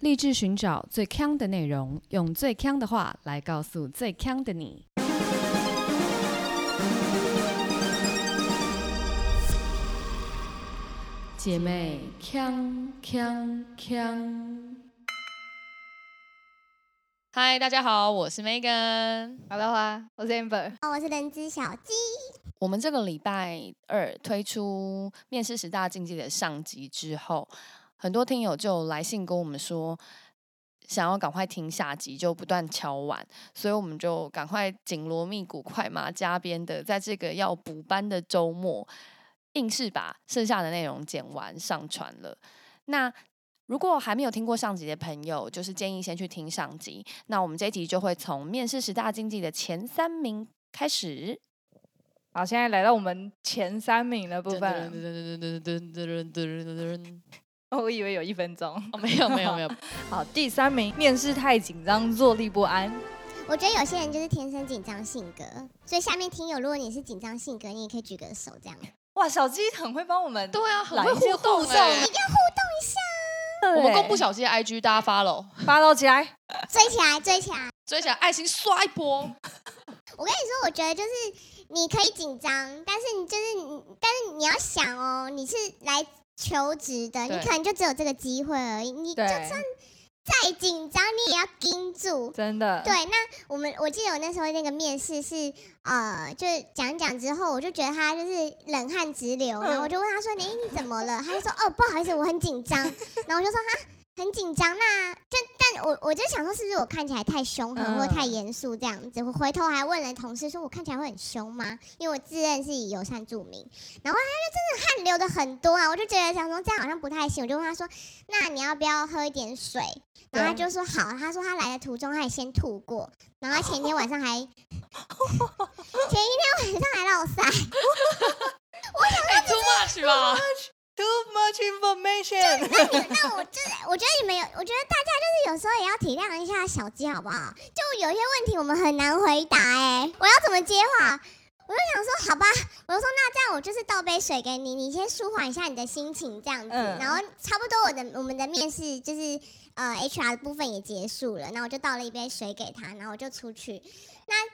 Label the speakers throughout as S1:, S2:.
S1: 立志寻找最强的内容，用最强的话来告诉最强的你。姐妹，强强强！嗨，大家好，我是 Megan。
S2: Hello 啊，我是 Amber。
S3: 哦，我是人之小鸡。
S1: 我们这个礼拜二推出面试十大禁忌的上集之后，很多听友就来信跟我们说，想要赶快听下集，就不断敲碗，所以我们就赶快紧锣密鼓、快马加鞭的，在这个要补班的周末，硬是把剩下的内容剪完上传了。那如果还没有听过上集的朋友，就是建议先去听上集。那我们这一集就会从面试十大禁忌的前三名开始。
S2: 好，现在来到我们前三名的部 分。
S1: 哦，
S2: 哦，我以为有一分钟。
S1: 没有没有没有，
S2: 好，第三名，面试太紧张，坐立不安。
S3: 我觉得有些人就是天生紧张性格，所以下面听友，如果你是紧张性格，你也可以举个手这样。
S2: 哇，小鸡很会帮我们。
S1: 对啊，很
S2: 来
S1: 会
S2: 一些
S1: 互动
S2: 互
S1: 哎、
S2: 动
S1: 我们公布
S2: 小
S1: 小鸡的 IG，大家 follow，
S2: 发到哎起来。
S3: 追起来，追起来！
S1: 追起来爱心刷一波。
S3: 我跟你说，我觉得就是你可以紧张，但是你就是你，但是你要想哦，你是来求职的，你
S1: 对
S3: 可能就只有这个机会而已。你就
S2: 对
S3: 算，再紧张，你也要盯住。
S2: 真的。
S3: 对，那我们我记得我那时候那个面试是，呃，就是讲一讲之后，我就觉得他就是冷汗直
S2: 嗯
S3: 流，然后我就问他说：“你、你怎么了？”他就说：“哦，不好意思，我很紧张。” 然后我就说：“啊，很紧张。”那就但我我就想说，是不是我看起来太凶狠、或
S2: 嗯
S3: 太严肃这样子？我回头还问了同事说：“我看起来会很凶吗？”因为我自认是以友善著名。然后他就真的汗流的很多啊，我就觉得想说这样好像不太行，我就问他说：“那你要不要喝一点水？”然后他
S2: 对
S3: 就说好，他说他来的途中他也先吐过，然后他前一天晚上还， 前一天晚上还落塞，
S1: 哎、t o o much 吧？
S2: Too much information。
S3: 那我就是，我觉得你们有，我觉得大家就是有时候也要体谅一下小鸡，好不好？就有些问题我们很难回答、哎，我要怎么接话？我就想说，好吧，我就说那这样，我就是倒杯水给你，你先舒缓一下你的心情，这样子。
S2: 嗯
S3: 然后差不多我的我们的面试就是呃 HR 的部分也结束了，那我就倒了一杯水给他，然后我就出去。那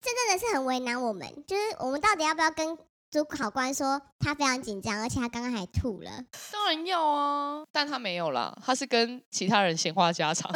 S3: 这真的是很为难我们，就是我们到底要不要跟主考官说他非常紧张，而且他刚刚还吐了。
S4: 当然要啊，但他没有啦，他是跟其他人闲话家常，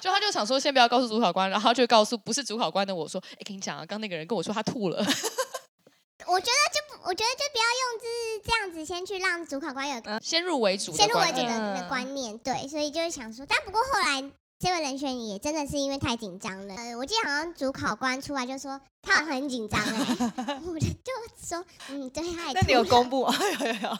S4: 就他就想说先不要告诉主考官，然后他就告诉不是主考官的我说，哎、跟你讲啊，刚那个人跟我说他吐了，
S3: 我觉得就不，我觉得就不要用就是这样子，先去让主考官有个
S4: 先入为主的
S3: 先入为
S4: 观
S3: 主
S4: 念，
S3: 的的观念，对，所以就是想说，但不过后来这位人选也真的是因为太紧张了，呃，我记得好像主考官出来就说他好像很紧张哎，我就就说嗯，对，他也
S2: 那你有
S3: 吐了
S2: 公布？有有有。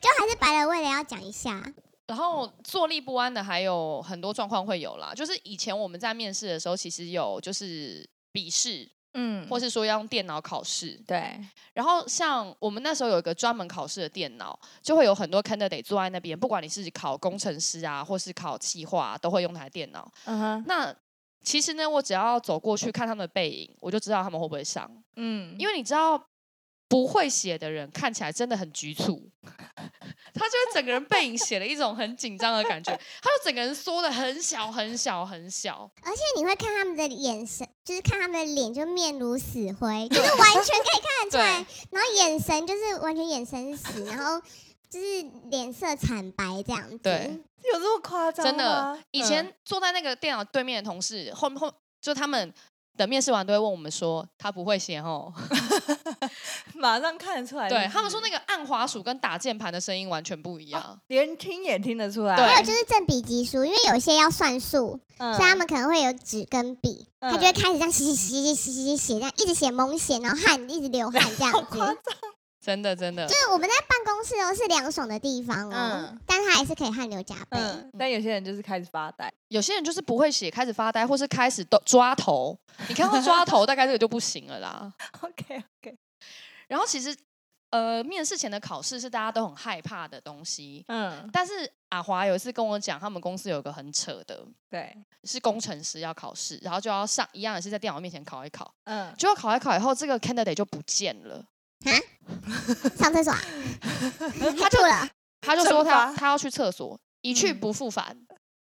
S3: 就还是白了为了要讲一下，
S4: 然后坐立不安的还有很多状况会有啦，就是以前我们在面试的时候，其实有就是笔试，
S2: 嗯
S4: 或是说要用电脑考试，
S2: 对，
S4: 然后像我们那时候有一个专门考试的电脑，就会有很多 candidate 坐在那边，不管你是考工程师啊，或是考企划、啊，都会用那台电脑。
S2: 嗯哼，
S4: 那其实呢，我只要走过去看他们的背影，我就知道他们会不会上，
S2: 嗯，
S4: 因
S2: 为
S4: 为你知道，不会写的人看起来真的很局促， 他就会整个人背影写了一种很紧张的感觉，他就整个人缩的很小很小很小，
S3: 而且你会看他们的眼神，就是看他们的脸就面如死灰，就是完全可以看得出来，然后眼神就是完全眼神死，然后就是脸色惨白这样子，
S4: 对
S2: 有这么夸张吗？
S4: 真的。以
S2: 嗯
S4: 前坐在那个电脑对面的同事，后后就他们。等面试完都会问我们说他不会写哦，
S2: 马上看得出来。
S4: 对他们说
S2: 那
S4: 那个按滑鼠跟打键盘的声音完全不一样，
S2: 连听也听得出来。
S4: 对
S3: 还有就是正比级数，因为有些要算数，
S2: 嗯
S3: 所以他们可能会有纸跟笔，
S2: 嗯
S3: 他就会开始这样写写写写写写写，这样一直写猛写，然后汗一直流汗这 样子。
S2: 夸
S3: 就
S4: 真的真的。
S3: 是我们在办公室哦，是凉爽的地方哦，
S2: 嗯
S3: 但他还是可以汗流浃背。
S2: 嗯，但有些人就是开始发呆。
S4: 有些人就是不会写，开始发呆，或是开始都抓头。你看到抓头，大概这个就不行了啦。
S2: OK OK，
S4: 然后其实，呃，面试前的考试是大家都很害怕的东西。
S2: 嗯，
S4: 但是阿华有一次跟我讲，他们公司有一个很扯的，
S2: 对，
S4: 是工程师要考试，然后就要上一样也是在电脑面前考一考，
S2: 嗯，
S4: 结果考一考以后，这个 candidate 就不见了。
S3: 上厕 所啊，他
S4: 就
S3: 吐了，
S4: 他就说
S2: 蒸发
S4: 他他要去厕所，一去
S2: 嗯
S4: 不复返，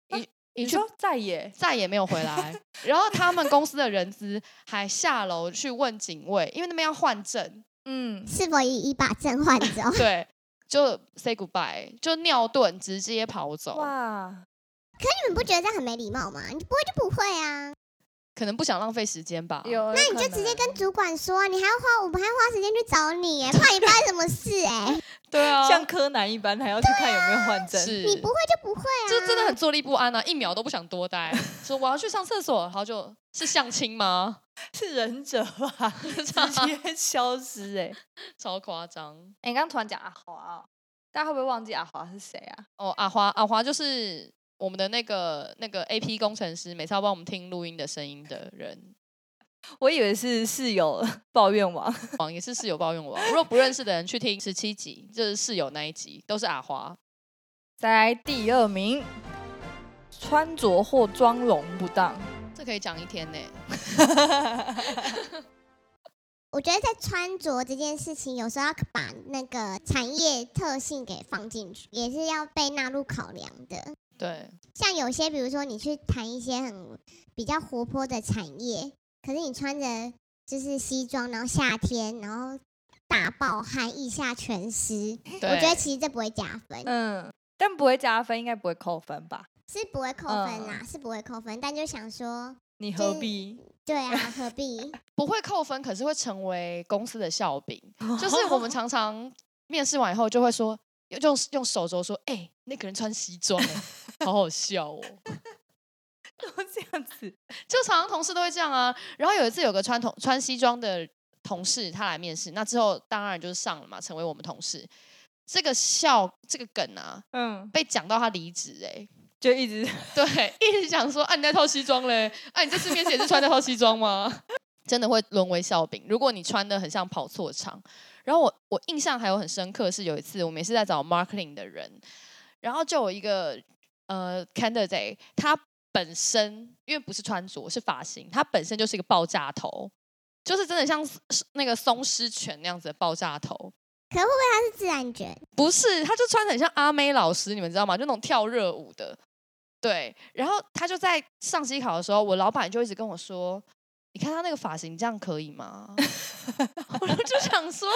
S2: 你
S4: 一去
S2: 说在野
S4: 再也没有回 来。然后他们公司的人资还下楼去问警卫，因为那边要换证，
S2: 嗯，
S3: 是否已已把证换走？
S4: 对，就 say goodbye，就尿遁直接跑
S2: 哦
S4: 走，
S2: 哇，
S3: 你们不觉得这样很没礼貌吗？你不会就不会啊，
S4: 可能不想浪费时间吧。
S2: 有那
S3: 那你就直接跟主管说啊，你还要花我们还要花时间去找你哎，怕你发生什么事
S2: 嗯
S3: 哎，
S4: 对啊，
S2: 像柯南一般，还要去看有没有换证，
S4: 是
S3: 你不会就不会啊，
S4: 就真的很坐立不安啊，一秒都不想多 待，说我要去上厕所，然后就是相亲吗？
S2: 是忍者 吧？直接消失 哎、
S4: 超夸张
S2: 哎、你刚刚突然讲阿华，哦大家会不会忘记阿华是谁啊？
S4: 哦！阿华，阿华就是我们的那个那个 A P 工程师，每次要帮我们听录音的声音的人，
S2: 我以为是室友 抱怨王，
S4: 王也是室友抱怨我。啊如果不认识的人去听十七集，就是室友那一集，都是阿华。
S2: 再来第二名，穿着或妆容不当，
S4: 这可以讲一天呢、
S3: 我觉得在穿着这件事情，有时候要把那个产业特性给放进去，也是要被纳入考量的。
S4: 对，
S3: 像有些，比如说你去谈一些很比较活泼的产业，可是你穿着就是西装，然后夏天，然后大暴汗，腋下全湿，
S4: 对
S3: 我觉得其实这不会加分，
S2: 嗯，但不会加分，应该不会扣分吧？
S3: 是不会扣分啦，是不会扣分，但就想说，
S2: 你
S3: 就
S2: 何
S3: 是
S2: 必？
S3: 对啊，何必？
S4: 不会扣分，可是会成为公司的笑柄。就是我们常常面试完以后就会说，用用手肘说，哎、那个人穿西装、欸，好好笑哦。
S2: 都这样子，
S4: 就常常同事都会这样啊。然后有一次有个穿同穿西装的同事，他来面试，那之后当然就是上了嘛，成为我们同事。这个笑这个梗啊，
S2: 嗯，
S4: 被讲到他离职哎，
S2: 就一直
S4: 对，一直讲说啊你那套西装嘞，啊你这次面试也是穿那套西装吗？ 真的会沦为笑柄。如果你穿的很像跑错场，然后我我印象还有很深刻是有一次我们也是在找 marketing 的人，然后就有一个呃 candidate，他本身因为不是穿着是发型，他本身就是一个爆炸头，就是真的像是那个松狮犬那样子的爆炸头。
S3: 可会不会它是自然卷？
S4: 不是，他就穿的很像阿妹老师，你们知道吗？就那种跳热舞的。对，然后他就在上机考的时候，我老板就一直跟我说：“你看他那个发型，这样可以吗？” 我就想说，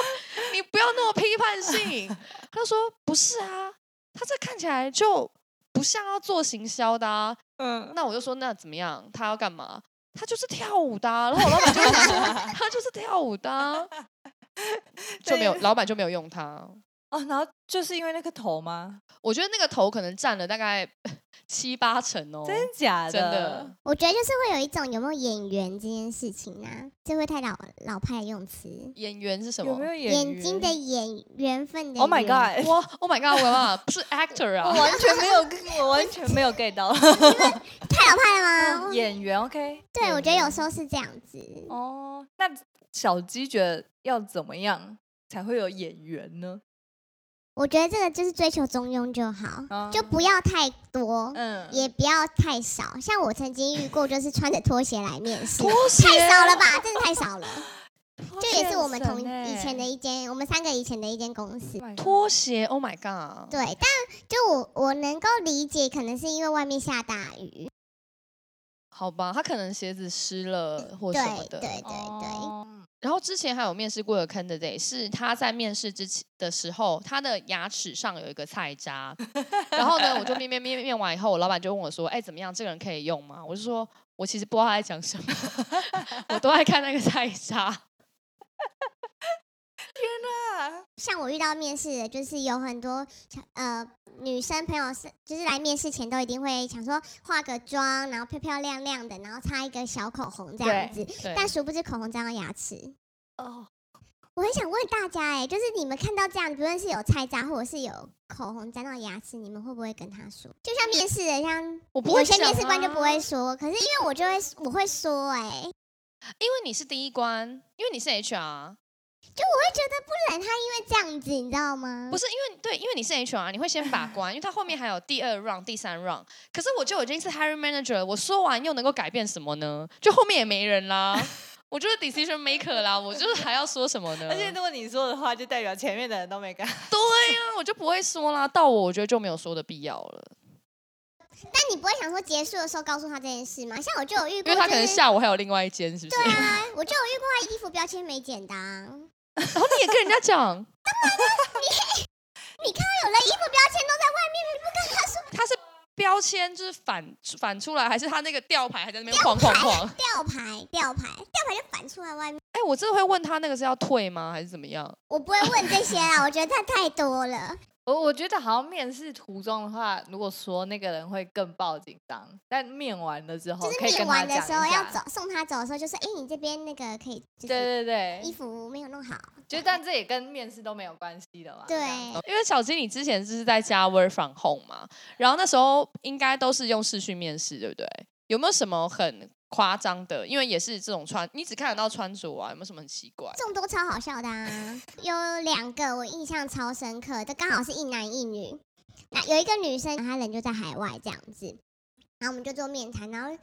S4: 你不要那么批判性。他就说：“不是啊，他这看起来就不像要做行销的啊。”
S2: 嗯，
S4: 那我就说：“那怎么样？他要干嘛？”他就是跳舞的啊、然后我老板就想说：“他就是跳舞的啊、就没有
S2: 对
S4: 老板就没有用他。
S2: 哦，然后就是因为那个头吗？
S4: 我觉得那个头可能占了大概 七八成哦，
S2: 真假的？
S4: 真的，
S3: 我觉得就是会有一种有没有眼缘这件事情啊，这会太老老派的用词。
S4: 演员是什么？
S2: 有没有演
S3: 眼睛的
S2: 员
S3: 眼，缘分的
S2: ？Oh my
S3: 缘
S2: god！
S4: 哇，Oh my god，我嘛不是 actor
S2: 我
S3: 哦
S4: 啊，
S2: 完全没 有，我完全没有 get 到
S3: 太老派了吗？
S2: 演员。OK，
S3: 对，我觉得
S2: 演
S3: 有
S2: 员
S3: 时候是这样子。
S2: 嗯哦。那小鸡觉得要怎么样才会有演员呢？
S3: 我觉得这个就是追求中庸就好，
S2: 啊
S3: 就不要太多，
S2: 嗯，
S3: 也不要太少。像我曾经遇过，就是穿着拖鞋来面试，
S2: 鞋
S3: 太少了吧？真的太少 了。这也是我们同
S2: 很神
S3: 以前的
S2: 欸
S3: 一间，我们三个以前的一间公司。
S2: Oh my god
S4: 拖鞋，Oh my god，
S3: 对，但就我我能够理解，可能是因为外面下大雨。
S4: 好吧，他可能鞋子湿了或
S3: 对
S4: 什么
S3: 嗯对
S4: 的。
S3: 对对，
S2: 哦
S4: 然后之前还有面试过的 candidate，是他在面试之前的时候，他的牙齿上有一个菜 渣。然后呢，我就面面面面完以后，我老板就问我说：“哎，怎么样？这个人可以用吗？”我就说：“我其实不知道他在讲什么， 我都在看那个菜渣。”
S2: 啊
S3: 像我遇到面试的，就是有很多小呃女生朋友是，就是来面试前都一定会想说化个妆，然后漂漂亮亮的，然后擦一个小口红这样子。
S4: 对，
S3: 但殊不知口红沾到牙齿。
S2: 哦，
S3: 我很想问大家、哎，就是你们看到这样，不论是有菜渣或者是有口红沾到牙齿，你们会不会跟他说？就像面试的，像
S4: 我不会
S3: 有些
S4: 讲
S3: 面试官就
S4: 啊
S3: 不会说，可是因为我就会我会说、哎，
S4: 因为你是第一关，因为你是 HR，
S3: 就我会觉得不然他因为这样子，你知道吗？
S4: 不是因为对，因为你是 HR，你会先把关，因为他后面还有第二 round、第三 round。可是我就已经是 hiring manager，了我说完又能够改变什么呢？就后面也没人啦，我就是 decision maker 啦，我就是还要说什么呢？
S2: 而且如果你说的话，就代表前面的人都没干。
S4: 对呀、我就不会说啦，到我我觉得就没有说的必要了。
S3: 但你不会想说结束的时候告诉他这件事吗？像我就有遇
S4: 因
S3: 过，
S4: 为他可
S3: 就
S4: 能
S3: 是
S4: 下午还有另外一间，是不是？
S3: 对啊，我就有遇过他衣服标签没剪的、啊，他
S4: 然后你也跟人家讲，
S3: 有了衣服标签都在外面，你不跟他说
S4: 他是标签就是反反出来，还是他那个吊牌还在那边晃晃晃？
S3: 吊牌，吊牌，吊牌就反出来外面。
S4: 哎、我真的会问他那个是要退吗，还是怎么样？
S3: 我不会问这些啦，我觉得他太多了。
S2: 我我觉得好像面试途中的话，如果说那个人会更爆紧张，但面完了之后
S3: 就是
S2: 可以
S3: 面
S2: 跟他
S3: 完的
S2: 讲
S3: 时候
S2: 一
S3: 要
S2: 下
S3: 走，送他走的时候，就是哎、你这边那个可以，就
S2: 对对
S3: 是
S2: 对，
S3: 衣服没有弄好。
S2: 就但这也跟面试都没有关系的嘛。
S3: 对
S2: 这样，
S4: 因为小金，你之前就是在家 work from home 嘛，然后那时候应该都是用视讯面试，对不对？有没有什么很夸张的？因为也是这种穿，你只看得到穿着啊，有没有什么很奇怪？
S3: 众多超好笑的啊！有两个我印象超深刻，这刚好是一男一女。那有一个女生，她人就在海外这样子，然后我们就做面谈，然后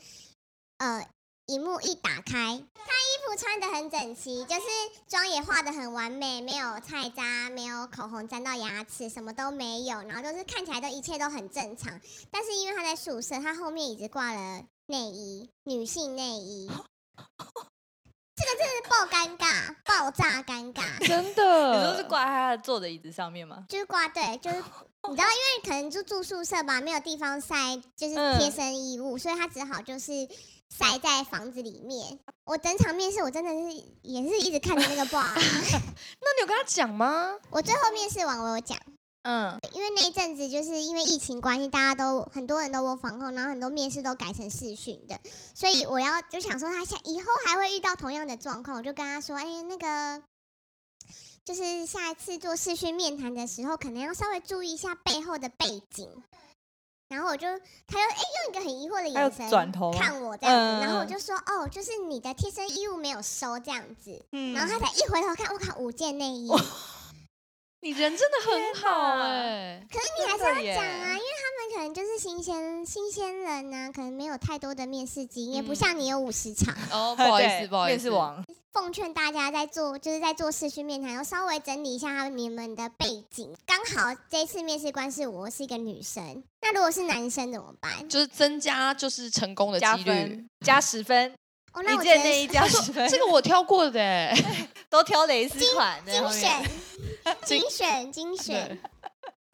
S3: 呃，荧幕一打开，她衣服穿的很整齐，就是妆也化的很完美，没有菜渣，没有口红沾到牙齿，什么都没有，然后就是看起来都一切都很正常。但是因为她在宿舍，她后面一直挂了内衣，女性内衣。爆尴尬，爆炸尴尬，
S4: 真
S2: 你说是
S4: 的
S2: 挂在他坐的椅子上面吗？
S3: 就是挂对，就是你知道，因为可能就住宿舍吧，没有地方晒，就是贴身衣物，所以他只好就是晒在房子里面。我整场面试，我真的是也是一直看着那个 bar。
S4: 那你有跟他讲吗？
S3: 我最后面试完，我有讲，
S2: 嗯，
S3: 因为那一阵子就是因为疫情关系，大家都很多人都窝防控，然后很多面试都改成视讯的，所以我要就想说他下以后还会遇到同样的状况，我就跟他说，哎、那个就是下一次做视讯面谈的时候，可能要稍微注意一下背后的背景。然后我就，他就哎、用一个很疑惑的
S2: 他有
S3: 眼神
S2: 转头吗
S3: 看我这样子，然后我
S2: 嗯嗯嗯
S3: 就说哦，就是你的贴身衣物没有收这样子，
S4: 嗯
S3: 然后他才一回头看，我靠，五件内衣。
S4: 你人真的很好
S2: 天哪
S4: 哎、
S3: 可是你还是
S2: 真的
S3: 要讲啊，
S2: 耶
S3: 因为他们可能就是新鲜新鲜人呐、可能没有太多的面试经验，不
S4: 嗯
S3: 像你有五十场。
S4: 哦，不好意思，
S2: 呃对
S4: 不好意
S2: 面
S4: 思，
S2: 试王，
S3: 奉劝大家在做就是在做视讯面谈，要稍微整理一下你们的背景。刚好这次面试官是我是一个女生，那如果是男生怎么办？
S4: 就是增加就是成功的
S2: 加
S4: 几率。
S2: 分加十分，
S3: 哦，那
S2: 一
S3: 我觉
S2: 件内
S3: 得
S2: 衣加十分
S4: 这，个我挑过的、欸，
S2: 都挑蕾丝款的。
S3: 精
S2: 后面，
S3: 选精选精选
S4: 对。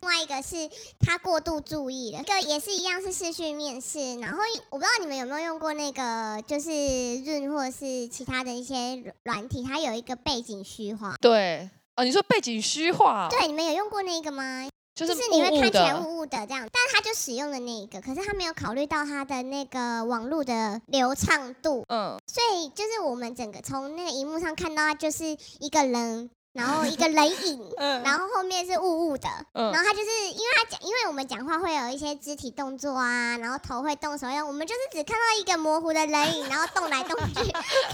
S3: 另外一个是他过度注意了，这个也是一样是视讯面试，然后我不知道你们有没有用过那个就是 Zoom 或者是其他的一些软软体，它有一个背景虚化。
S4: 对哦，你说背景虚化，
S3: 对，你们有用过那个吗？
S4: 就
S3: 就是是你会
S4: 雾雾
S3: 看起来
S4: 的，
S3: 雾雾的这样，但他就使用了那一个，可是他没有考虑到他的那个网络的流畅度，
S4: 嗯，
S3: 所以就是我们整个从那个荧幕上看到，他就是一个人，然后一个人影
S2: 嗯
S3: 然后后面是雾雾的，
S4: 嗯
S3: 然后他就是因为他讲，因为我们讲话会有一些肢体动作啊，然后头会动手会动，我们就是只看到一个模糊的人影，然后动来动去，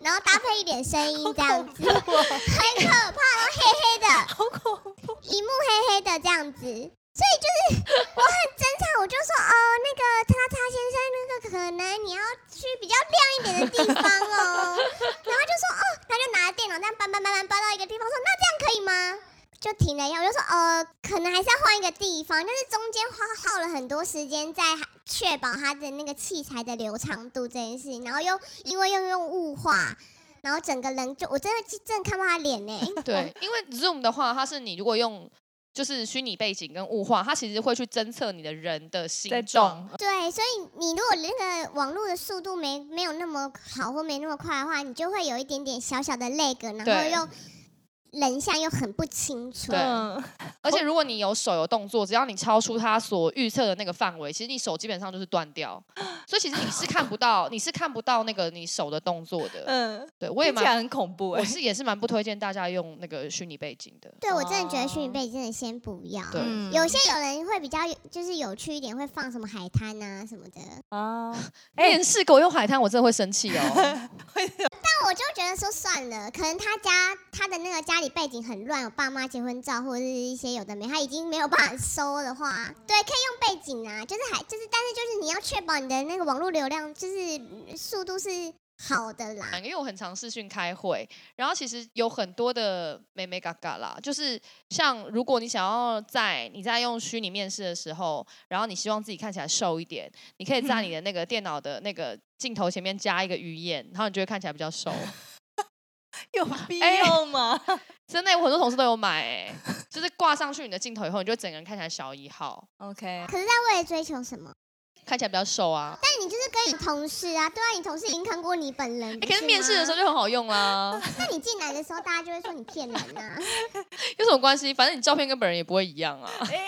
S3: 然后搭配一点声音这样子，很可怕，然后黑黑的，好 恐怖，一幕黑黑的这样子，所以就是我很侦查，我就说哦，那个叉叉先生，那个可能你要去比较亮一点的地方哦，然后他就说哦，他就拿着电脑这样搬搬搬搬搬到一个地方，说那这样可以吗？就停了一下，我就说呃，可能还是要换一个地方，但是中间花耗了很多时间在确保它的那个器材的流畅度这件事情，然后又因为又用雾化，然后整个人就我真的真的看不到他脸呢、
S4: 对，哦因为 Zoom 的话，它是你如果用就是虚拟背景跟物化，它其实会去侦测你的人的
S2: 在
S4: 形状。
S2: 动，
S3: 对，所以你如果那个网络的速度没没有那么好或没那么快的话，你就会有一点点小小的 lag，
S4: 对
S3: 然后又人像又很不清楚。
S4: 对
S2: 嗯，
S4: 而且如果你有手有动作，只要你超出它所预测的那个范围，其实你手基本上就是断掉，所以其实你是看不到，你是看不到那个你手的动作的。
S2: 嗯，
S4: 对，我也
S2: 听起来
S4: 蛮，
S2: 很恐怖
S4: 我
S2: 哎。
S4: 是也是蛮不推荐大家用那个虚拟背景的。
S3: 对我真的觉得虚拟
S2: 哦
S3: 背景真的先不要。
S4: 对
S2: 嗯
S3: 有些有人会比较有就是有趣一点，会放什么海滩啊什么的。
S2: 啊，哎
S4: 面试给我用海滩，我真的会生气哦。
S3: 但我就觉得说算了，可能他家他的那个家里背景很乱，有爸妈结婚照或者是一些有的没，他已经没有办法收的话，对，可以用背景啊，就是还就是但是就是你要确保你的那个网络流量就是速度是好的啦。
S4: 因为我很常视讯开会，然后其实有很多的美美嘎嘎啦，就是像如果你想要在你在用虚拟面试的时候，然后你希望自己看起来瘦一点，你可以在你的那个电脑的那个镜头前面加一个鱼眼，然后你就会看起来比较瘦。
S2: 有必要吗？
S4: 真的，我很多同事都有买、欸，就是挂上去你的镜头以后，你就整个人看起来小一号，
S2: OK，
S3: 可是在为了追求什么？
S4: 看起来比较瘦啊。
S3: 但你就是跟你同事啊，对啊，你同事已经看过你本人。
S4: 欸可是面试的时候
S3: 候，
S4: 就很好用啦，
S3: 那你进来的时候，大家就会说你骗人啊。
S4: 有什么关系？反正你照片跟本人也不会一样啊。
S2: 哎，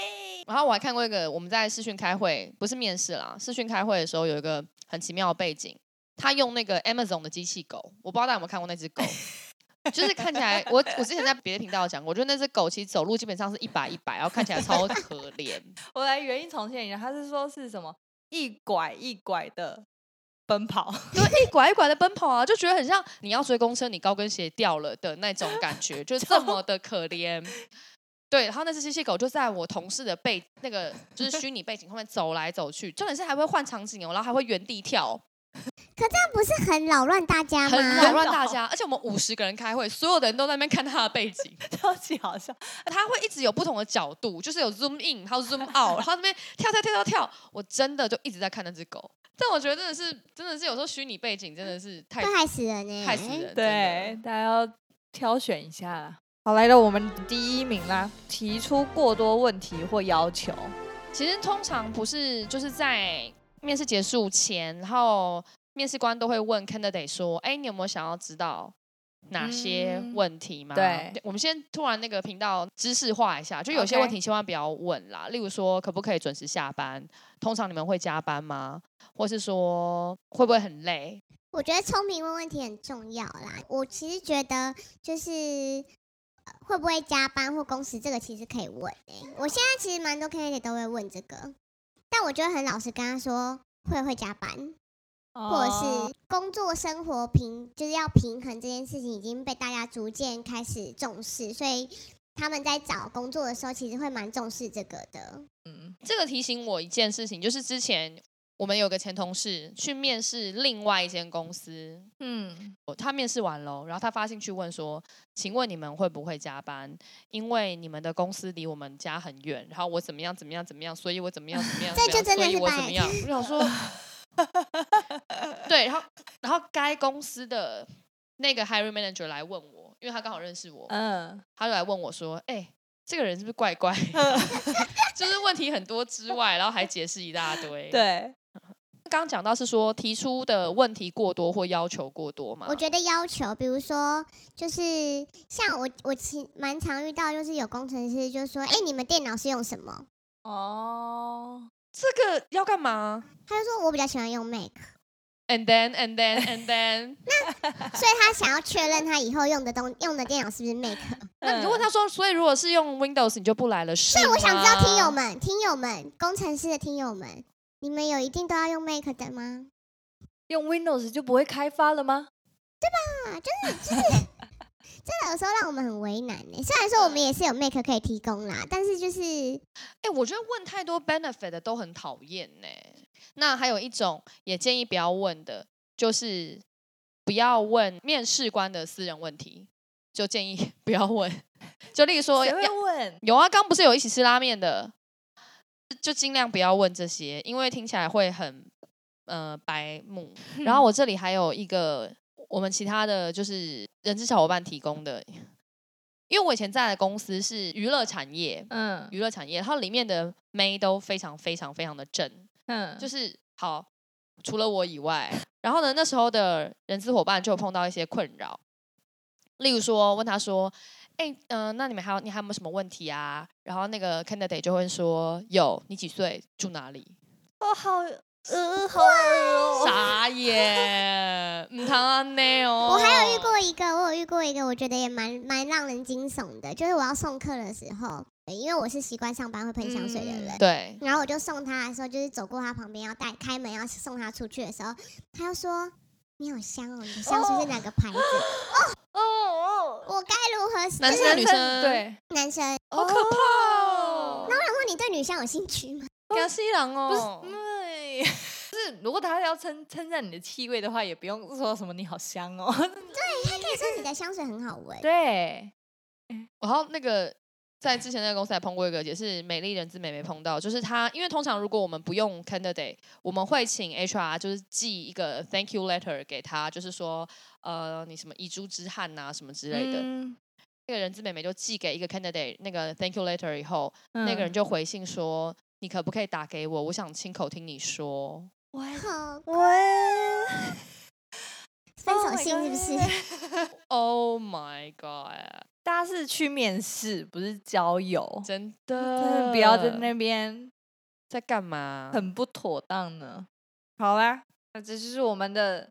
S4: 然后我还看过一个，我们在视讯开会，不是面试啦，视讯开会的时候有一个很奇妙的背景，他用那个 Amazon 的机器狗，我不知道大家有没有看过那只狗，就是看起来我我之前在别的频道有讲过，就那只狗其实走路基本上是一百一百，然后看起来超可怜，
S2: 我来原因重现一下，他是说是什么一拐一拐的奔跑，
S4: 对，一拐一拐的奔跑啊，就觉得很像你要追公车，你高跟鞋掉了的那种感觉，就这么的可怜。对，然后那只机器狗就在我同事的背那个就是虚拟背景后面走来走去，重点是还会换场景哦，然后还会原地跳，
S3: 那不是很扰乱大家
S4: 很
S3: 吗？
S4: 扰乱大家。而且我们五十个人开会，所有的人都在那边看他的背景，
S2: 超级好笑。
S4: 他会一直有不同的角度，就是有 zoom in，还有 zoom out，然后那边跳跳跳跳跳，我真的就一直在看那只狗。但我觉得真的是，真的是有时候虚拟背景真的是太
S3: 会害死人欸呢、
S4: 害死人。真的
S2: 对，大家要挑选一下啦。好，来到我们第一名啦，提出过多问题或要求。
S4: 其实通常不是就是在面试结束前，然后面试官都会问 candidate 说：“哎，你有没有想要知道哪些
S2: 嗯
S4: 问题吗？”
S2: 对，
S4: 我们先突然那个频道知识化一下，就有些
S2: OK
S4: 问题千万不要问啦。例如说，可不可以准时下班？通常你们会加班吗？或是说会不会很累？
S3: 我觉得聪明问问题很重要啦。我其实觉得就是、呃会不会加班或工时，这个其实可以问诶、我现在其实蛮多 candidate 都会问这个，但我就会很老实跟他说会会加班，或者
S2: 哦
S3: 是工作生活平就是要平衡这件事情已经被大家逐渐开始重视，所以他们在找工作的时候其实会蛮重视这个的。
S2: 嗯，
S4: 这个提醒我一件事情，就是之前我们有个前同事去面试另外一间公司，
S2: 嗯，
S4: 哦他面试完喽，然后他发信去问说：“请问你们会不会加班？因为你们的公司离我们家很远，然后我怎么样怎么样怎么样，所以我怎么样怎么样，
S3: 这就
S4: 怎么样
S3: 真的是
S4: 所以我怎么
S3: 白
S4: 样？”我想说， 对，然后然后该公司的那个 hiring manager 来问我，因为他刚好认识我，
S2: 嗯，
S4: 他就来问我说：“哎、这个人是不是怪怪？
S3: 嗯
S4: 就是问题很多之外，然后还解释一大堆。”，
S2: 对，
S4: 刚刚讲到是说提出的问题过多或要求过多嘛？
S3: 我觉得要求，比如说，就是像我，我其蛮常遇到，就是有工程师就说：“哎、你们电脑是用什么
S2: 哦，
S4: 这个要干嘛？？”
S3: 他就说：“我比较喜欢用 Mac。
S4: And then, and then, and then，”
S3: 所以他想要确认他以后用的东用的电脑是不是 Mac。
S4: 那
S2: 嗯
S4: 你就问他说，所以如果是用 Windows，你就不来了，是
S3: 所以我想知道
S4: 吗
S3: 听友，们、听友们、工程师的听友们，你们有一定都要用 Mac 的吗？
S2: 用 Windows 就不会开发了吗？
S3: 啊，就是就是， 真的有时候让我们很为难呢、虽然说我们也是有 Mac 可以提供啦，但是就是
S4: 哎、我觉得问太多 benefit 的都很讨厌呢。那还有一种也建议不要问的，就是不要问面试官的私人问题，就建议不要问。 就例如说，
S2: 谁
S4: 要
S2: 会问？
S4: 有啊，刚不是有一起吃拉面的，就尽量不要问这些，因为听起来会很呃白目。然后我这里还有一个我们其他的就是人资小伙伴提供的，因为我以前在的公司是娱乐产业，
S2: 嗯
S4: 娱乐产业，它里面的妹都非常非常非常的正，
S2: 嗯，
S4: 就是是好，除了我以外，然后呢，那时候的人资伙伴就有碰到一些困扰，例如说问他说，哎、嗯、那你们还有你还有没有什么问题啊？然后那个 candidate 就会说，有，你几岁，住哪里？
S2: 哦，好，呃，好恶哦。
S4: 傻眼，唔通安内哦。
S3: 我还有遇过一个，我有遇过一个，我觉得也蛮蛮让人惊悚的，就是我要送客的时候，对因为我是习惯上班会喷香水的人。
S4: 对，
S3: 然后我就送他的时候，就是走过他旁边要带开门要送他出去的时候，他又说：“你好香哦，你的香水是哪个牌子？
S2: 哦哦，
S3: 我该如何是？”
S4: 男
S3: 就是
S4: 生女生
S2: 对，
S3: 男生，然
S4: 好可怕哦
S3: 后。你对女生有兴趣吗？
S4: 江西人
S2: 不
S3: 嗯
S4: 哦，
S2: 是，对， 如果他要称称赞你的气味的话，也不用说什么你好香 哦。
S3: 可以说你的香水很好闻，
S2: 对，
S4: 然后那个在之前那个公司还碰过一个，也是美丽人资美眉碰到，就是她，因为通常如果我们不用 candidate，我们会请 HR 就是寄一个 thank you letter 给她，就是说呃你什么遗珠之憾呐、什么之类的。
S2: 嗯
S4: 那个人资美眉就寄给一个 candidate 那个 thank you letter 以后，那个人
S2: 嗯
S4: 就回信说你可不可以打给我，我想亲口听你说。
S3: 好
S2: 喂，
S3: 哦分
S2: Oh
S3: 手
S2: my
S3: 信是不是？
S2: God
S4: Oh my god！
S2: 大家是去面试，不是交友，
S4: 真
S2: 真
S4: 的
S2: 的不要在那边
S4: 在干嘛？
S2: 很不妥当呢。好啦，那这就是我们的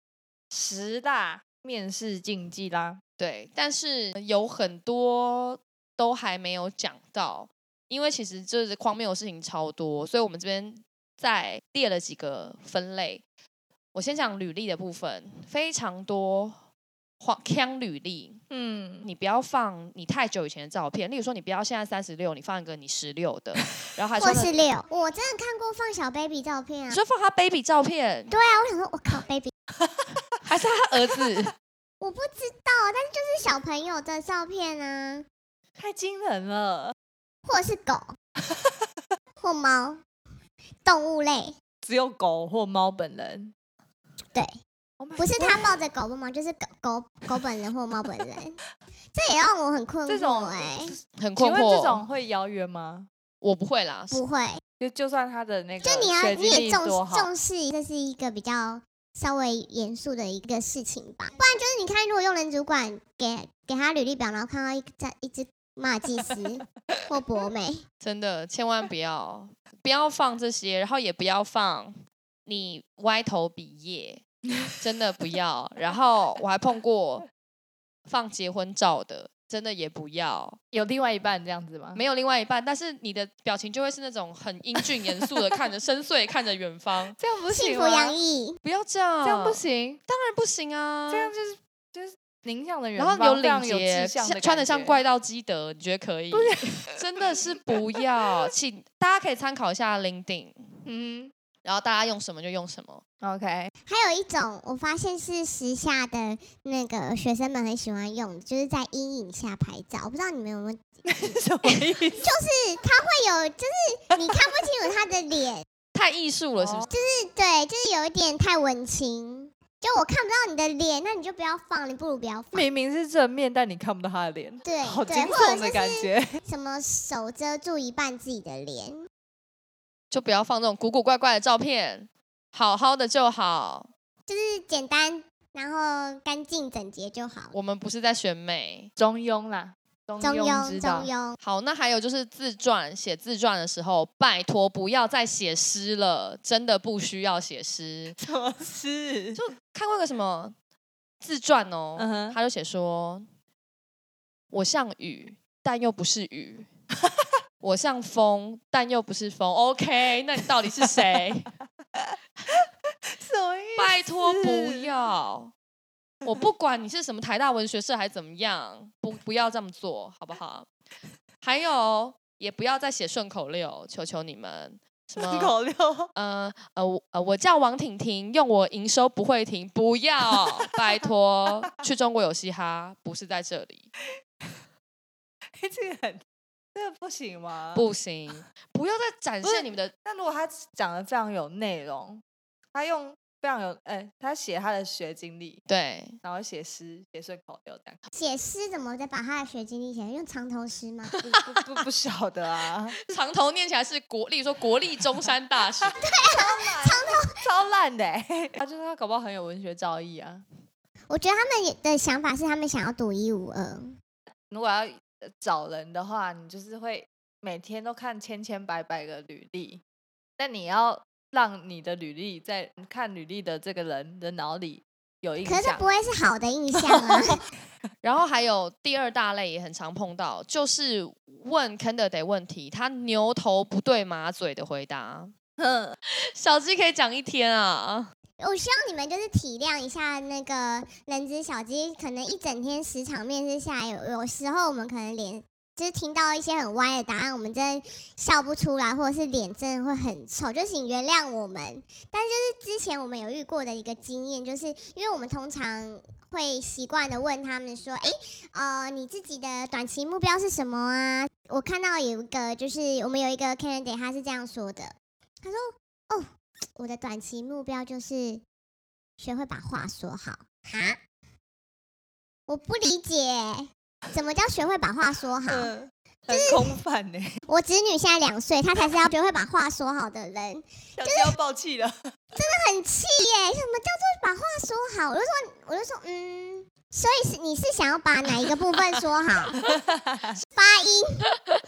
S2: 十大面试禁忌啦。
S4: 对，但是呃有很多都还没有讲到，因为其实就是荒谬的事情超多，所以我们这边再列了几个分类。我先讲履历的部分，非常多荒腔履历，
S2: 嗯，
S4: 你不要放你太久以前的照片，例如说你不要现在三十六，你放一个你十六的，然后还
S3: 或
S4: 说
S3: 是
S4: 你
S3: 六，我真的看过放小 baby 照片啊。
S4: 说放他 baby 照片，
S3: 对啊，我想说，我 靠，baby，
S4: 还是他儿子。
S3: 我不知道，但是就是小朋友的照片啊，
S2: 太惊人了，
S3: 或是 狗，或猫，动物类，
S2: 只有狗或猫本人。
S3: 对，
S2: Oh my
S3: 不是
S2: God
S3: 他抱着狗或猫，就是狗狗狗本人或猫本人， 这也让我很困
S2: 这
S3: 惑
S2: 种
S3: 哎、
S4: 很困
S2: 请问这
S4: 惑
S2: 种。会邀约吗？
S4: 我不会啦，
S3: 不会，
S2: 就就算他的那个
S3: 就你要
S2: 学
S3: 你
S2: 经
S3: 也
S2: 历
S3: 重
S2: 多好，
S3: 重视，这是一个比较稍微严肃的一个事情吧。不然就是你看，如果用人主管给给他履历表，然后看到一在一只马技 师或博美，
S4: 真的千万不要不要放这些，然后也不要放你歪头比耶，真的不要。然后我还碰过放结婚照的，真的也不要。
S2: 有另外一半这样子吗？
S4: 没有另外一半，但是你的表情就会是那种很英俊严肃的，看着深邃看着远方，
S2: 这样不
S3: 幸
S2: 行啊
S3: 福
S2: 吗？
S3: 洋溢。哦
S4: 不要这样，
S2: 这样不，行，
S4: 当然不行啊。
S2: 这样就是就是影响的人，
S4: 然后
S2: 有
S4: 有领结，
S2: 志向
S4: 像
S2: 的
S4: 穿
S2: 感
S4: 的像
S2: 觉
S4: 怪盗基德，你觉得可以？ 真的是不要，请大家可以参考一下 LinkedIn，
S2: 嗯
S4: 然后大家用什么就用什么。
S2: ，OK，
S3: 还有一种，我发现是时下的那个学生们很喜欢用，就是在阴影下拍照。我不知道你们有没有，
S2: 什么 意思？
S3: 就是它会有，就是你看不清楚他的脸，
S4: 太艺术了，是
S2: 哦
S4: 不是？
S3: 是对，就是有一点太文青。就我看不到你的脸，那你就不要放，你不如不要放。
S2: 明明是正面，但你看不到他的脸，
S3: 对
S2: 好惊
S3: 对，或
S2: 悚哦
S3: 者
S2: 的
S3: 就
S2: 感
S3: 是
S2: 觉。
S3: 什么手遮住一半自己的脸，
S4: 就不要放这种古古怪怪的照片，好好的就好。
S3: 就是简单，然后干净整洁就好。
S4: 我们不是在选美。
S2: 中庸啦，中
S3: 中
S2: 庸之
S3: 庸，中
S2: 道。
S3: 庸，
S4: 好，那还有就是自传，写自传的时候，拜托不要再写诗了，真的不需要写诗。
S2: 什么事？
S4: 就看过一个什么自传哦，
S2: 嗯哼
S4: 他就写说：“我像雨，但又不是雨；我像风，但又不是风。” OK，那你到底是谁？
S2: 什么意思？
S4: 拜托不要！我不管你是什么台大文学社还怎么样，不不要这么做，好不好？还有，也不要再写顺口溜，求求你们！什 么
S2: 口溜，
S4: 呃呃我呃，我叫王婷婷，用我营收不会停，不要，拜托，去中国有嘻哈，不是在这里，
S2: 这个很，这个不行吗？，
S4: 不 行，不要再展
S2: 不是
S4: 现你们的，
S2: 那如果他讲的非常有内容，他用非常有，哎、他写他的学经历，
S4: 对，
S2: 然后写诗，写顺口溜这样，
S3: 写诗怎么再把他的学经历写？用长头诗吗？
S2: 不不不不晓得啊，
S4: 长头念起来是国，例如说国立中山大学，
S2: 超烂的、欸。 他就是他搞不好很有文学造诣啊。
S3: 我觉得他们的想法是他们想要读一五二。
S2: 如果要呃找人的话，你就是会每天都看千千百百个履历，但你要让你的履历在看履历的这个人的脑里有印
S3: 可是这
S2: 象
S3: 不。会是好的印象 啊！
S4: 然后还有第二大类也很常碰到，就是问 candidate 问题，他牛头不对马嘴的回答，
S2: 哼
S4: 小鸡可以讲一天啊，
S3: 我希望你们就是体谅一下那个人之小鸡，可能一整天十场面试下来，有有时候我们可能连就是听到一些很歪的答案，我们真的笑不出来，或者是脸真的会很臭，就请原谅我们。但就是之前我们有遇过的一个经验，就是因为我们通常会习惯的问他们说，诶，呃，你自己的短期目标是什么啊？我看到有一个，就是我们有一个 candidate，他是这样说的，他说，哦，我的短期目标就是学会把话说好。哈，我不理解，怎么叫学会把话说好？
S2: 嗯，很空泛欸呢，
S3: 我侄女现在两岁，她才是要学会把话说好的人，
S2: 小鸡 要爆气了。
S3: 很气耶！什么叫做把话说好？我就说，我就说，嗯，所以是你是想要把哪一个部分说好？发音。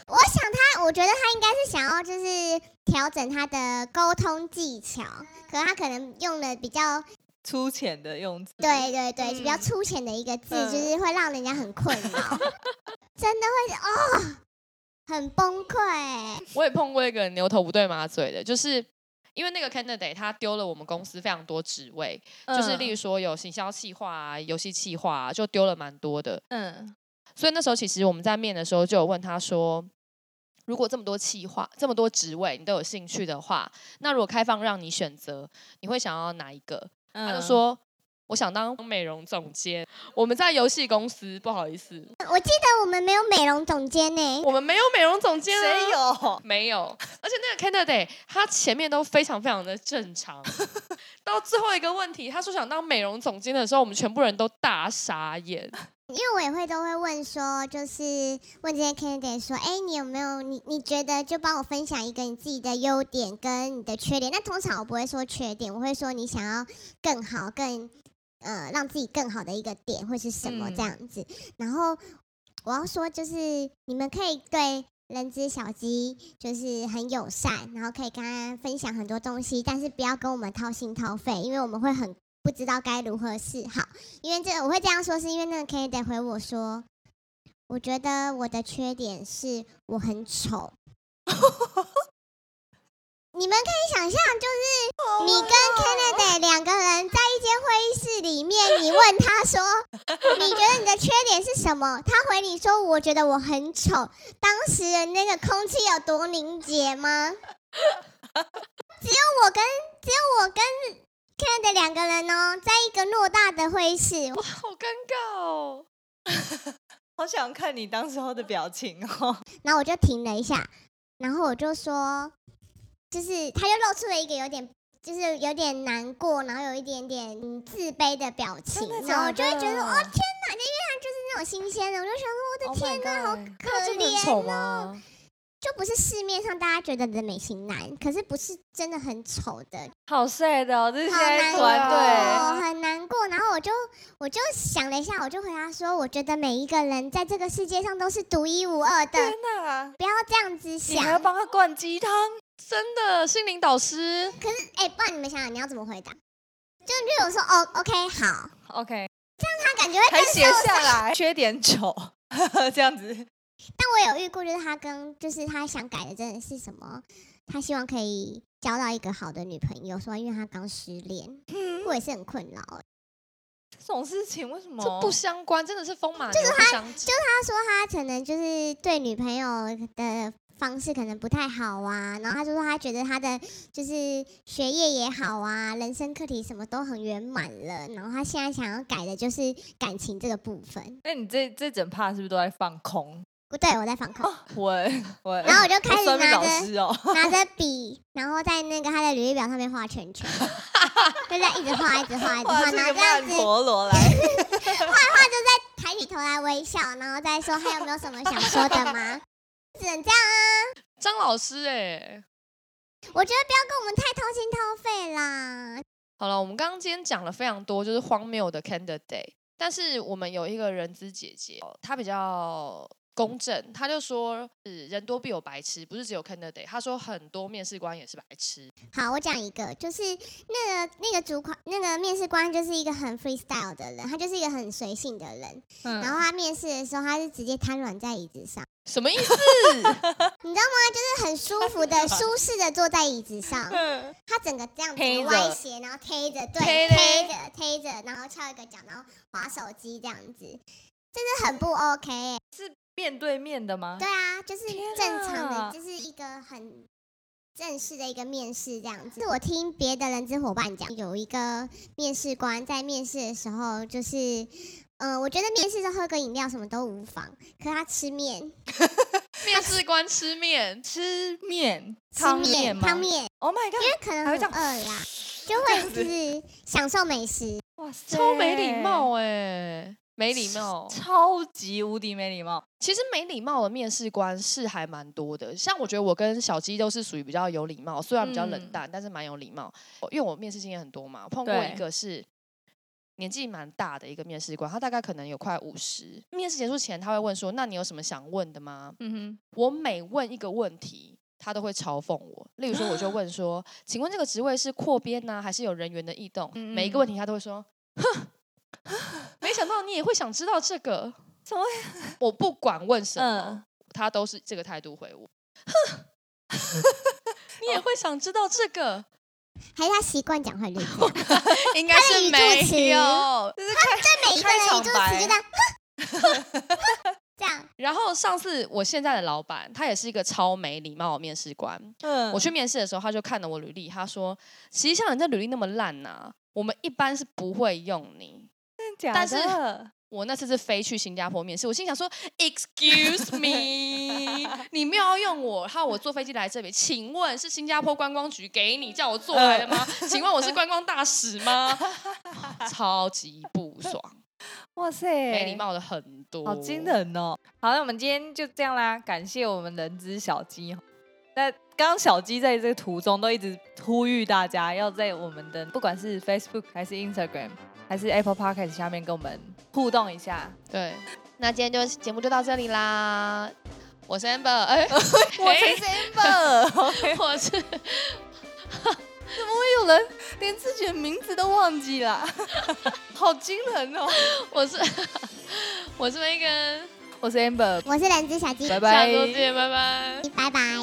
S3: 我想他，我觉得他应该是想要就是调整他的沟通技巧，可他可能用的比较
S2: 粗浅的用字，
S3: 对对对，比较粗浅的一个字，就
S2: 嗯
S3: 是会让人家很困扰，真的会哦，很崩溃。
S4: 我也碰过一个牛头不对马嘴的，就是因为那个 candidate 他丢了我们公司非常多职位，
S2: 嗯
S4: 就是例如说有行销企划啊、游戏企划啊，就丢了蛮多的。
S2: 嗯
S4: 所以那时候其实我们在面的时候就有问他说，如果这么多企划、这么多职位你都有兴趣的话，那如果开放让你选择，你会想要哪一个？
S2: 嗯，
S4: 他就说。我想当美容总监。我们在游戏公司，不好意思，
S3: 我记得我们没有美容总监呢，
S4: 我们没有美容总监、啊。
S2: 谁有？
S4: 没有，而且那个 candidate 他前面都非常非常的正 常，到最后一个问题，他说想当美容总监的时候，我们全部人都大傻眼。
S3: 因为我也会都会问说，就是问这些 candidate 说，哎，你有没有你你觉得就帮我分享一个你自己的优点跟你的缺点？那通常我不会说缺点，我会说你想要更好、更呃让自己更好的一个点会是什么
S2: 嗯
S3: 这样子。然后我要说就是你们可以对人之小鸡就是很友善，然后可以跟他分享很多东西，但是不要跟我们掏心掏肺，因为我们会很不知道该如何是好。因为这个我会这样说，是因为那个 K 得回我说，我觉得我的缺点是我很丑。你们可以想象，就是你跟 Kennedy 两个人在一间会议室里面，你问他说：“你觉得你的缺点是什么？”他回你说：“我觉得我很丑。”当时的那个空气有多凝结吗？只有我跟只有我跟 Kennedy 两个人哦，在一个偌大的会议室，
S4: 好尴尬哦！
S2: 好想看你当时候的表情哦。
S3: 然后我就停了一下，然后我就说，就是他就露出了一个有点。就是有点难过，然后有一点点嗯自卑的表情，
S2: 真的
S3: 然后我就
S2: 假
S3: 会
S2: 的
S3: 觉得，哦天哪！因为他就是那种新鲜的，我就想说，我的
S2: Oh
S3: 天
S2: my
S3: 哪，好
S2: god！
S3: 可
S4: 真的很
S3: 怜
S4: 丑
S3: 哦、
S4: 吗？
S3: 就不是市面上大家觉得的美型男，可是不是真的很丑的，
S2: 好 sad 哦，这是
S3: 好
S2: 现
S3: 难
S2: 在
S3: 过，哦
S2: 团队。
S3: 很难过。然后我就我就想了一下，我就回答说，我觉得每一个人在这个世界上都是独一无二的，
S2: 天哪，
S3: 不要这样子
S2: 你还要
S3: 想。
S2: 帮他灌鸡汤？
S4: 真的，心灵导师
S3: 可是，哎、不然你们想想，你要怎么回答？就例如说，哦，OK，好，
S2: OK，
S3: 他感觉会
S2: 还
S3: 更
S2: 写
S3: 受伤。
S2: 下 来，缺点丑， 这样子。
S3: 但我有遇过，就是他跟就是他想改的真的是什么？他希望可以交到一个好的女朋友，说因为他刚失恋，
S2: 嗯
S3: 我也是很困扰。欸
S2: 这种事情为什么？
S4: 这不相关，真的是风马牛不相及。
S3: 他说他可能就是对女朋友的方式可能不太好啊，然后他就说他觉得他的就是学业也好啊，人生课题什么都很圆满了，然后他现在想要改的就是感情这个部分。
S2: 那你这这整趴是不是都在放空？
S3: 不对，我在反抗。
S2: 我我，
S3: 然后我就开
S2: 哦我
S3: 始
S2: 算命
S3: 拿
S2: 老
S3: 着
S2: 师哦，
S3: 拿着 笔，然后在那个他的履历表上面画圈圈，就在一直画，一直画，一直画，
S2: 画出一个
S3: 然后这样
S2: 曼
S3: 子
S2: 陀罗来。
S3: 抬起头来微笑，然后再说还有没有什么想说的吗？只能这样啊，
S4: 张老师、哎，
S3: 我觉得不要跟我们太掏心掏肺啦，
S4: 好了，我们刚刚今天讲了非常多，就是荒谬的 candidate，但是我们有一个人资姐姐，哦她比较公正，她就说，是人多必有白痴，不是只有 candidate，她说很多面试官也是白痴，
S3: 好，我讲一个，就是那个那个主管那个面试官就是一个很 freestyle 的人，他就是一个很随性的人。
S2: 嗯
S3: 然后他面试的时候，他是直接瘫软在椅子上，
S4: 什么意思？
S3: 就是很舒服的、舒适的坐在椅子上。
S2: 嗯
S3: 他整个这样子
S2: 贴着
S3: 歪斜，然后贴着，对，
S4: 贴嘞
S3: 贴着贴着，然后翘一个脚，然后划手机这样子，真的很不 OK 欸、
S2: 面对面的吗？
S3: 对啊，就是正常
S2: 啊
S3: 的，就是一个很正式的一个面试这样子。我听别的人资伙伴讲，有一个面试官在面试的时候，就是，嗯、我觉得面试就喝个饮料什么都无妨，可是他吃面，
S4: 面试官吃面，
S2: 吃面，
S3: 吃
S2: 面
S3: 面
S2: 吗
S3: 汤面，
S2: ？Oh my
S3: 因
S2: god！
S3: 为可能
S2: 还会
S3: 很
S2: 这样
S3: 饿啦，就会就是享受美食。
S2: 哇塞，
S4: 超没礼貌哎、没礼貌。
S2: 超级无敌没礼貌。
S4: 其实没礼貌的面试官是还蛮多的，像我觉得我跟小鸡都是属于比较有礼貌，虽然比较冷
S2: 嗯
S4: 淡，但是蛮有礼貌。因为我面试经验很多嘛，碰过
S2: 对
S4: 一个是年纪蛮大的一个面试官，他大概可能有快五十。面试结束前他会问说：“那你有什么想问的吗
S2: 嗯？”
S4: 我每问一个问题。他都会嘲讽我，例如说， 我就问说：“请问这个职位是扩编呢、还是有人员的异动？”
S2: 嗯
S4: 每一个问题他都会说：“哼，没想到你也会想知道这 个。”
S2: 怎么
S4: 我不管问什
S2: 哼，
S4: 么，
S2: 嗯，
S4: 他都是这个态度回我。 你也会想知道这个？
S3: 还是他习惯讲话就 这样，对
S4: 哦应该
S3: 他的
S4: 是
S3: 语助词
S4: 没有。
S2: 就是开
S3: 每一个人
S2: 开
S3: 语
S2: 场
S3: 助
S2: 白
S3: 词就这样，这样，
S4: 然后上次我现在的老板，他也是一个超没礼貌的面试官。
S2: 嗯
S4: 我去面试的时候，他就看了我履历，他说：“其实像你这履历那么烂呐、我们一般是不会用你。
S2: 假
S4: 但是
S2: 的”
S4: 我那次是飞去新加坡面试，我心想说：“Excuse me，你没有要用我，然后我坐飞机来这里，请问是新加坡观光局给你叫我做来的吗？请问我是观光大使 吗？”超级不爽，
S2: 哇塞，
S4: 没礼，貌的很多，
S2: 好惊！人哦。好，那我们今天就这样啦，感谢我们人之小鸡哦。那刚刚小鸡在这个途中都一直呼吁大家要在我们的不管是 Facebook 还是 Instagram 还是 Apple Podcast 下面跟我们互动一下。
S4: 对，那今天就节目就到这里啦。我是 Amber，哎、
S2: 我才是 Amber，怎
S4: 我是
S2: 么会有人连自己的名字都忘记 了？好惊人哦！
S4: 我是 我是 Megan，
S2: 我是 Amber，
S3: 我是人之小鸡，
S2: 拜拜。
S4: 下周见，拜拜。
S3: 拜拜。